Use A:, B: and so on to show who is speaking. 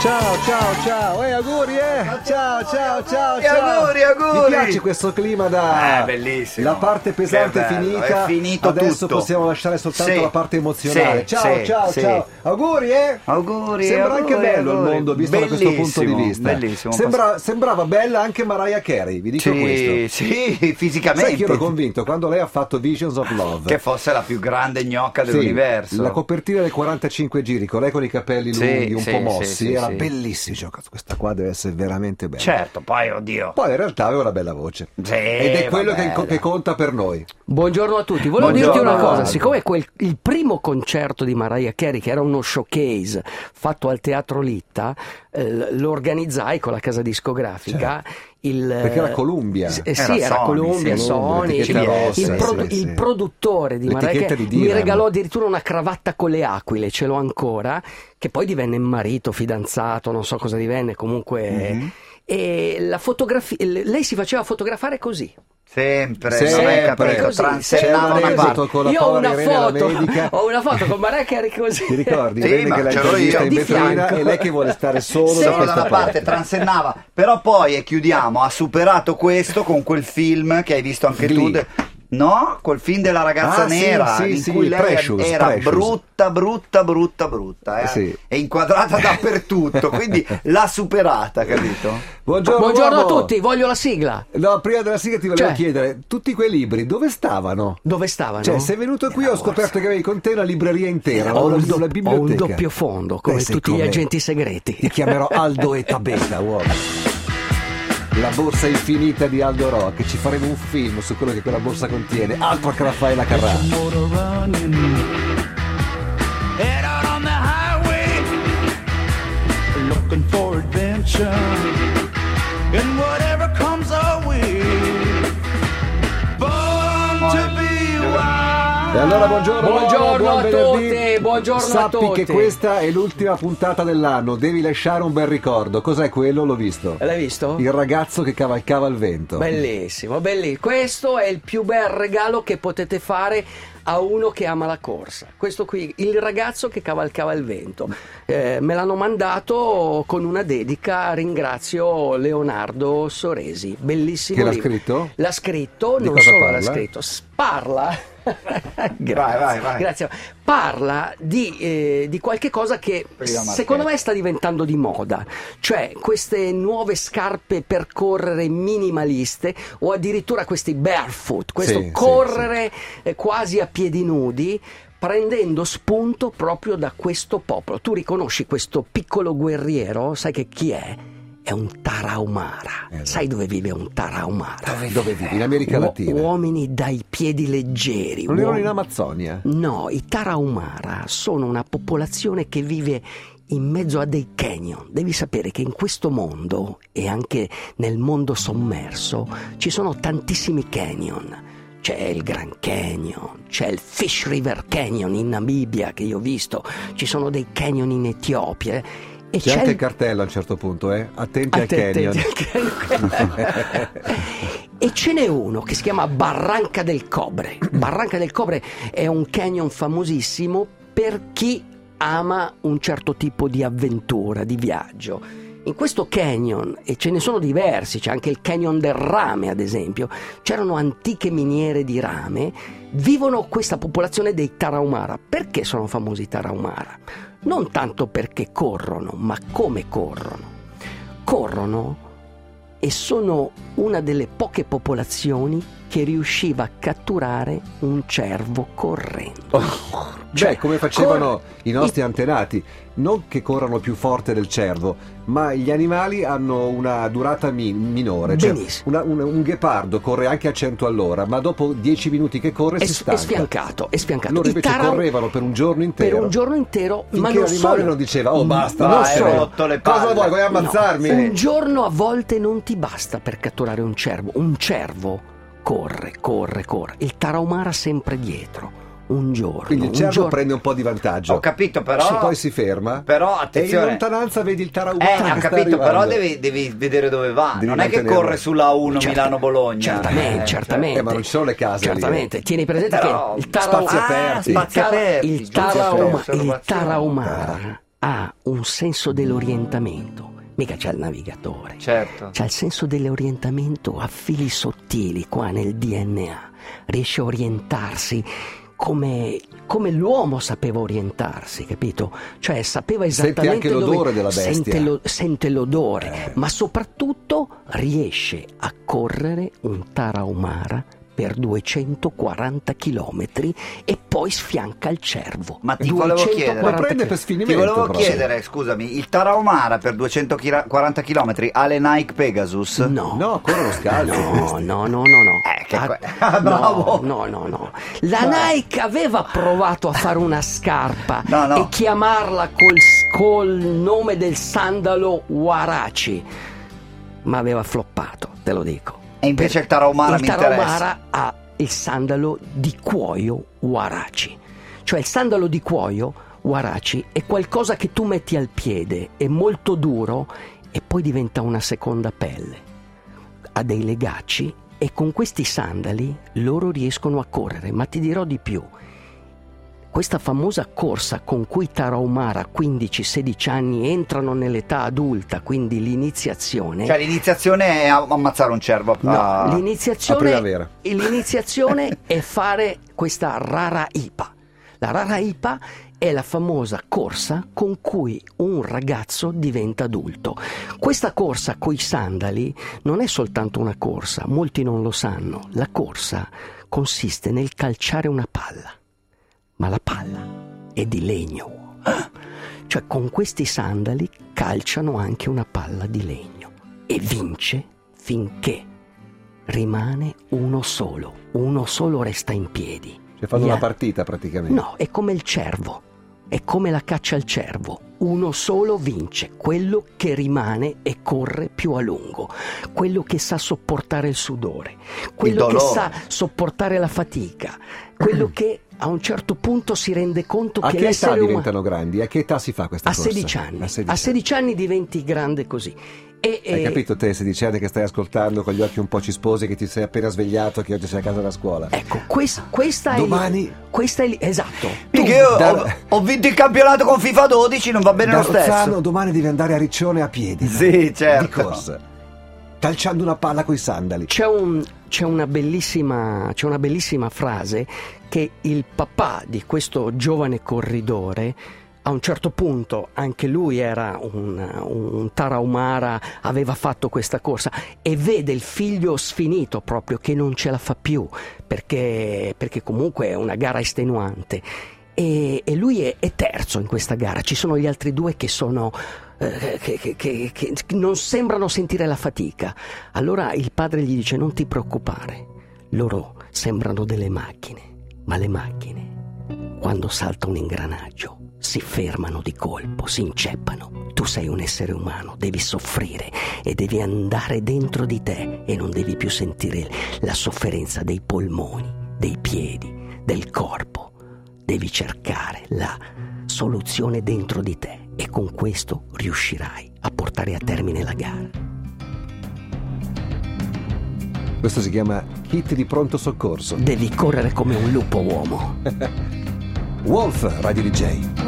A: Ciao, ciao, ciao, eh, auguri, eh! Ciao, ciao, ciao,
B: E
A: ciao!
B: auguri, auguri!
A: Mi piace questo clima da...
B: Eh, bellissimo.
A: La parte pesante è
B: Che bello,
A: finita,
B: è finito
A: adesso
B: tutto.
A: possiamo lasciare soltanto
B: Sì,
A: la parte emozionale.
B: sì,
A: ciao,
B: sì,
A: ciao,
B: sì.
A: ciao! Auguri, eh!
B: Auguri,
A: Sembra
B: auguri,
A: anche bello
B: auguri.
A: il mondo visto da questo punto
B: Bellissimo,
A: di vista.
B: Bellissimo.
A: Sembra- sembrava bella anche Mariah Carey, vi dico
B: sì,
A: questo.
B: sì,
A: Sai che io ero
B: fisicamente.
A: convinto quando lei ha fatto Visions of Love.
B: Che fosse la più grande gnocca
A: Sì,
B: dell'universo.
A: La copertina dei 45 giri con lei con i capelli
B: Sì,
A: lunghi, un
B: sì,
A: po'
B: sì,
A: mossi,
B: sì,
A: era
B: sì.
A: bellissima. Dicevo, "Cazzo, Questa qua deve essere veramente bella.
B: Certo, poi oddio.
A: Poi in realtà aveva una bella voce.
B: Sì,
A: Ed è quello che,
B: Eh, vabbè.
A: che conta per noi.
C: Buongiorno a tutti, volevo
B: Buongiorno,
C: dirti una cosa,
B: Aldo.
C: siccome quel- il primo concerto di Mariah Carey, che era uno showcase fatto al Teatro Litta, eh, l- lo organizzai con la casa discografica. il-
A: Certo. Perché era Columbia.
C: S- eh,
B: Era
C: sì, era
B: Sony,
C: Columbia,
B: sì.
C: Sony,
A: Etichetta
C: il-
A: rossa,
C: il,
A: sì, sì.
C: il produttore di Mariah
A: L'etichetta
C: Carey
A: di
C: mi
A: Dylan.
C: regalò addirittura una cravatta con le aquile, ce l'ho ancora, che poi divenne marito, fidanzato, non so cosa divenne, comunque...
A: Mm-hmm.
B: Mhm.
C: E la fotografia, lei si faceva fotografare così.
B: Sempre, non hai
A: Sempre.
B: capito.
A: Così,
B: transennava
A: sempre
B: una
A: così.
B: parte.
A: con la
C: io ho
A: povera
C: una
A: Irene, la
C: foto,
A: medica.
C: ho una foto con Mariah Carey così.
A: Ti ricordi?
B: Sì,
A: Vedi
B: ma
A: che la
B: ce l'ho
A: intervista
B: io.
A: in
C: Di
A: vetrina
C: fianco.
A: e lei che vuole stare solo
C: Sì,
A: da
B: solo da
A: questa
B: una parte transennava però poi e chiudiamo ha superato questo con quel film che hai visto anche
A: Glee.
B: tu de- no col film della ragazza
A: Ah, sì,
B: nera
A: sì,
B: in
A: sì,
B: cui lei
A: Precious,
B: era
A: Precious.
B: brutta brutta brutta brutta eh?
A: Sì.
B: è inquadrata dappertutto quindi l'ha superata capito
A: Buongiorno,
C: Buongiorno a
A: uomo.
C: tutti, voglio la sigla.
A: No, prima della sigla ti volevo
C: Cioè.
A: chiedere, tutti quei libri dove stavano?
C: Dove stavano?
A: Cioè, sei venuto qui ho scoperto che avevi con te una libreria intera,
C: ho,
A: una,
C: un do-
A: una
C: ho un
A: biblioteca.
C: doppio fondo, come
A: Te sei
C: tutti gli
A: come-
C: agenti segreti.
A: Ti chiamerò Aldo e Tabella, uomo. La borsa infinita di Aldo Rock, ci faremo un film su quello che quella borsa contiene, altro che Raffaella Carrà.
D: motor running. Head out on the highway, looking for adventure. And whatever comes our way, born to be wild.
A: E allora buongiorno,
C: Buongiorno
A: Lola, buon
C: a
A: venerdì.
C: tutti, buongiorno a
A: Sappi
C: tutti.
A: che questa è l'ultima puntata dell'anno, devi lasciare un bel ricordo. Cos'è quello? L'ho visto.
C: L'hai visto?
A: Il ragazzo che cavalcava il vento.
C: Bellissimo, bellissimo. Questo è il più bel regalo che potete fare a uno che ama la corsa. Questo qui, il ragazzo che cavalcava il vento. Eh, me l'hanno mandato con una dedica, ringrazio Leonardo Soresi. Bellissimo.
A: Che l'ha
C: libro.
A: scritto?
C: L'ha scritto,
A: Di
C: non
A: cosa
C: solo l'ha
A: parla?
C: scritto, s- parla. grazie,
B: vai, vai.
C: grazie. Parla di, eh, di qualche cosa che
B: Prima Marchetti.
C: secondo me sta diventando di moda, cioè queste nuove scarpe per correre minimaliste o addirittura questi barefoot, questo
A: Sì, sì,
C: correre eh, quasi a piedi nudi prendendo spunto proprio da questo popolo. Tu riconosci questo piccolo guerriero, sai che chi è? È un Tarahumara.
A: Eh, no.
C: sai dove vive un Tarahumara?
A: Dove vivi? In America
C: Uo-
A: Latina.
C: uomini dai piedi leggeri.
A: non erano
C: uom-
A: in Amazzonia?
C: No, i Tarahumara sono una popolazione che vive in mezzo a dei canyon. Devi sapere che in questo mondo e anche nel mondo sommerso ci sono tantissimi canyon. C'è il Grand Canyon, c'è il Fish River Canyon in Namibia che io ho visto, ci sono dei canyon in Etiopia eh, e
A: C'è, anche
C: il-
A: il cartello a un certo punto, eh? Attenti al
C: Attenti
A: canyon.
C: al canyon. E ce n'è uno che si chiama Barranca del Cobre. Barranca del Cobre è un canyon famosissimo per chi ama un certo tipo di avventura, di viaggio. In questo canyon, e ce ne sono diversi, c'è anche il canyon del rame ad esempio, c'erano antiche miniere di rame, vivono questa popolazione dei Tarahumara. Perché sono famosi i Tarahumara? Non tanto perché corrono, ma come corrono corrono e sono una delle poche popolazioni che riusciva a catturare un cervo correndo.
A: Cioè, come facevano
C: cor-
A: i nostri antenati, non che corrano più forte del cervo, ma gli animali hanno una durata mi- minore. Cioè,
C: Benissimo.
A: una- un, un ghepardo corre anche a 100 all'ora, ma dopo 10 minuti che corre
C: È,
A: si
C: s- è
A: stanca.
C: sfiancato, è sfiancato.
A: Loro
C: I
A: invece
C: Taran-
A: correvano per un giorno intero.
C: per un giorno intero, ma
A: Finché
C: non
A: l'animale
C: solo.
A: non diceva, oh basta,
C: Non
B: vai,
C: solo.
B: hai rotto le
A: cosa
B: palle."
A: vuoi, vuoi ammazzarmi?
C: No, un giorno a volte non ti basta per catturare un cervo. Un cervo corre, corre, corre. Il Tarahumara sempre dietro. Un giorno.
A: Quindi il
C: un
A: cervo
C: giorno-
A: prende un po' di vantaggio.
B: ho capito però
A: Sì, poi si ferma. E
B: però
A: in
B: attenzione
A: lontananza vedi il
B: eh,
A: Tarahumara.
B: ho
A: che sta
B: capito, però
A: arrivando.
B: devi, devi vedere dove va.
A: Devi
B: non è che
A: mantenerlo.
B: corre sulla 1
C: Certo-
B: Milano-Bologna.
C: Certamente,
B: Eh,
C: certamente.
A: eh, ma non ci sono le case lì, eh.
C: Certamente. Tieni presente
B: Però-
C: che il Tarahumara
A: Spazi aperti.
B: Ah, spazi aperti,
C: il,
B: giusto,
C: Tarahuma-
B: osservazione.
C: il Tarahumara ha un senso dell'orientamento, mica c'è il navigatore.
E: Certo.
C: C'ha Cioè, il senso dell'orientamento a fili sottili qua nel DNA, riesce a orientarsi come, come l'uomo sapeva orientarsi, capito? Cioè sapeva
A: Senti
C: esattamente
A: anche l'odore
C: dove-
A: della bestia.
C: Sente, lo- sente l'odore,
A: Eh.
C: ma soprattutto riesce a correre un tarahumara per 240 km e poi sfianca il cervo.
B: Ma ti volevo
C: 240
B: chiedere-
A: Lo prende per
B: Ti
A: sfinimento.
B: volevo
A: però.
B: chiedere, scusami, il Tarahumara per 240 km ha le Nike Pegasus?
C: No.
A: No, corrono scalzi.
C: No, no, no, no, no.
B: Eh, che
C: Ah,
B: que- Ah,
C: no,
B: bravo.
C: No, Cioè. no, no. La Nike aveva provato a fare una scarpa
B: No, no.
C: e chiamarla col, col nome del sandalo Waraci, ma aveva floppato, te lo dico.
B: E invece
C: Per-
B: il Tarahumara mi
C: il Tarahumara
B: interessa.
C: ha il sandalo di cuoio Waraci. Cioè il sandalo di cuoio Waraci è qualcosa che tu metti al piede, è molto duro e poi diventa una seconda pelle. Ha dei legacci e con questi sandali loro riescono a correre, ma ti dirò di più. Questa famosa corsa con cui Tarahumara a 15-16 anni entrano nell'età adulta, quindi l'iniziazione,
B: Cioè l'iniziazione è a- ammazzare un cervo.
C: No,
B: Ah.
A: A
C: l'iniziazione,
A: primavera.
C: e l'iniziazione è fare questa rara IPA. La rara IPA è la famosa corsa con cui un ragazzo diventa adulto. Questa corsa coi sandali non è soltanto una corsa, molti non lo sanno. La corsa consiste nel calciare una palla, ma la palla è di legno. Cioè con questi sandali calciano anche una palla di legno e vince finché rimane uno solo. Uno solo resta in piedi.
A: Cioè, fanno
C: Yeah.
A: una partita praticamente.
C: No, è come il cervo. È come la caccia al cervo. Uno solo vince, quello che rimane e corre più a lungo, quello che sa sopportare il sudore, quello che
B: dolore.
C: sa sopportare la fatica, quello che a un certo punto si rende conto
A: A
C: che
A: che età
C: l'essere umano...
A: diventano grandi? A che età si fa questa
C: A
A: corsa?
C: 16 anni.
A: A
C: A
A: 16
C: 16,
A: anni.
C: anni diventi grande così. E,
A: Hai
C: e-
A: capito te, sedicenne, che stai ascoltando con gli occhi un po' cisposi, che ti sei appena svegliato, che oggi sei a casa da scuola?
C: Ecco, questa, questa è.
A: Domani-
C: il- Questa è. il- Esatto.
B: Mica io
A: da-
B: ho, ho vinto il campionato con FIFA 12, non va bene
A: da
B: lo stesso.
A: Rozzano domani devi andare a Riccione a piedi.
B: Sì, certo.
A: Di corsa. Calciando una palla coi sandali.
C: C'è, un- c'è una bellissima, c'è una bellissima frase che il papà di questo giovane corridore. A un certo punto anche lui era un, un tarahumara, aveva fatto questa corsa e vede il figlio sfinito proprio che non ce la fa più perché, perché comunque è una gara estenuante e, e lui è, è terzo in questa gara, ci sono gli altri due che sono... eh, Che, che- che- che non sembrano sentire la fatica. Allora il padre gli dice: Non ti preoccupare, loro sembrano delle macchine, ma le macchine, quando salta un ingranaggio, si fermano di colpo, si inceppano. Tu sei un essere umano, devi soffrire e devi andare dentro di te e non devi più sentire la sofferenza dei polmoni, dei piedi, del corpo. Devi cercare la soluzione dentro di te e con questo riuscirai a portare a termine la gara.
A: Questo si chiama kit di pronto soccorso.
C: Devi correre come un lupo uomo.
A: Wolf, Radio DJ.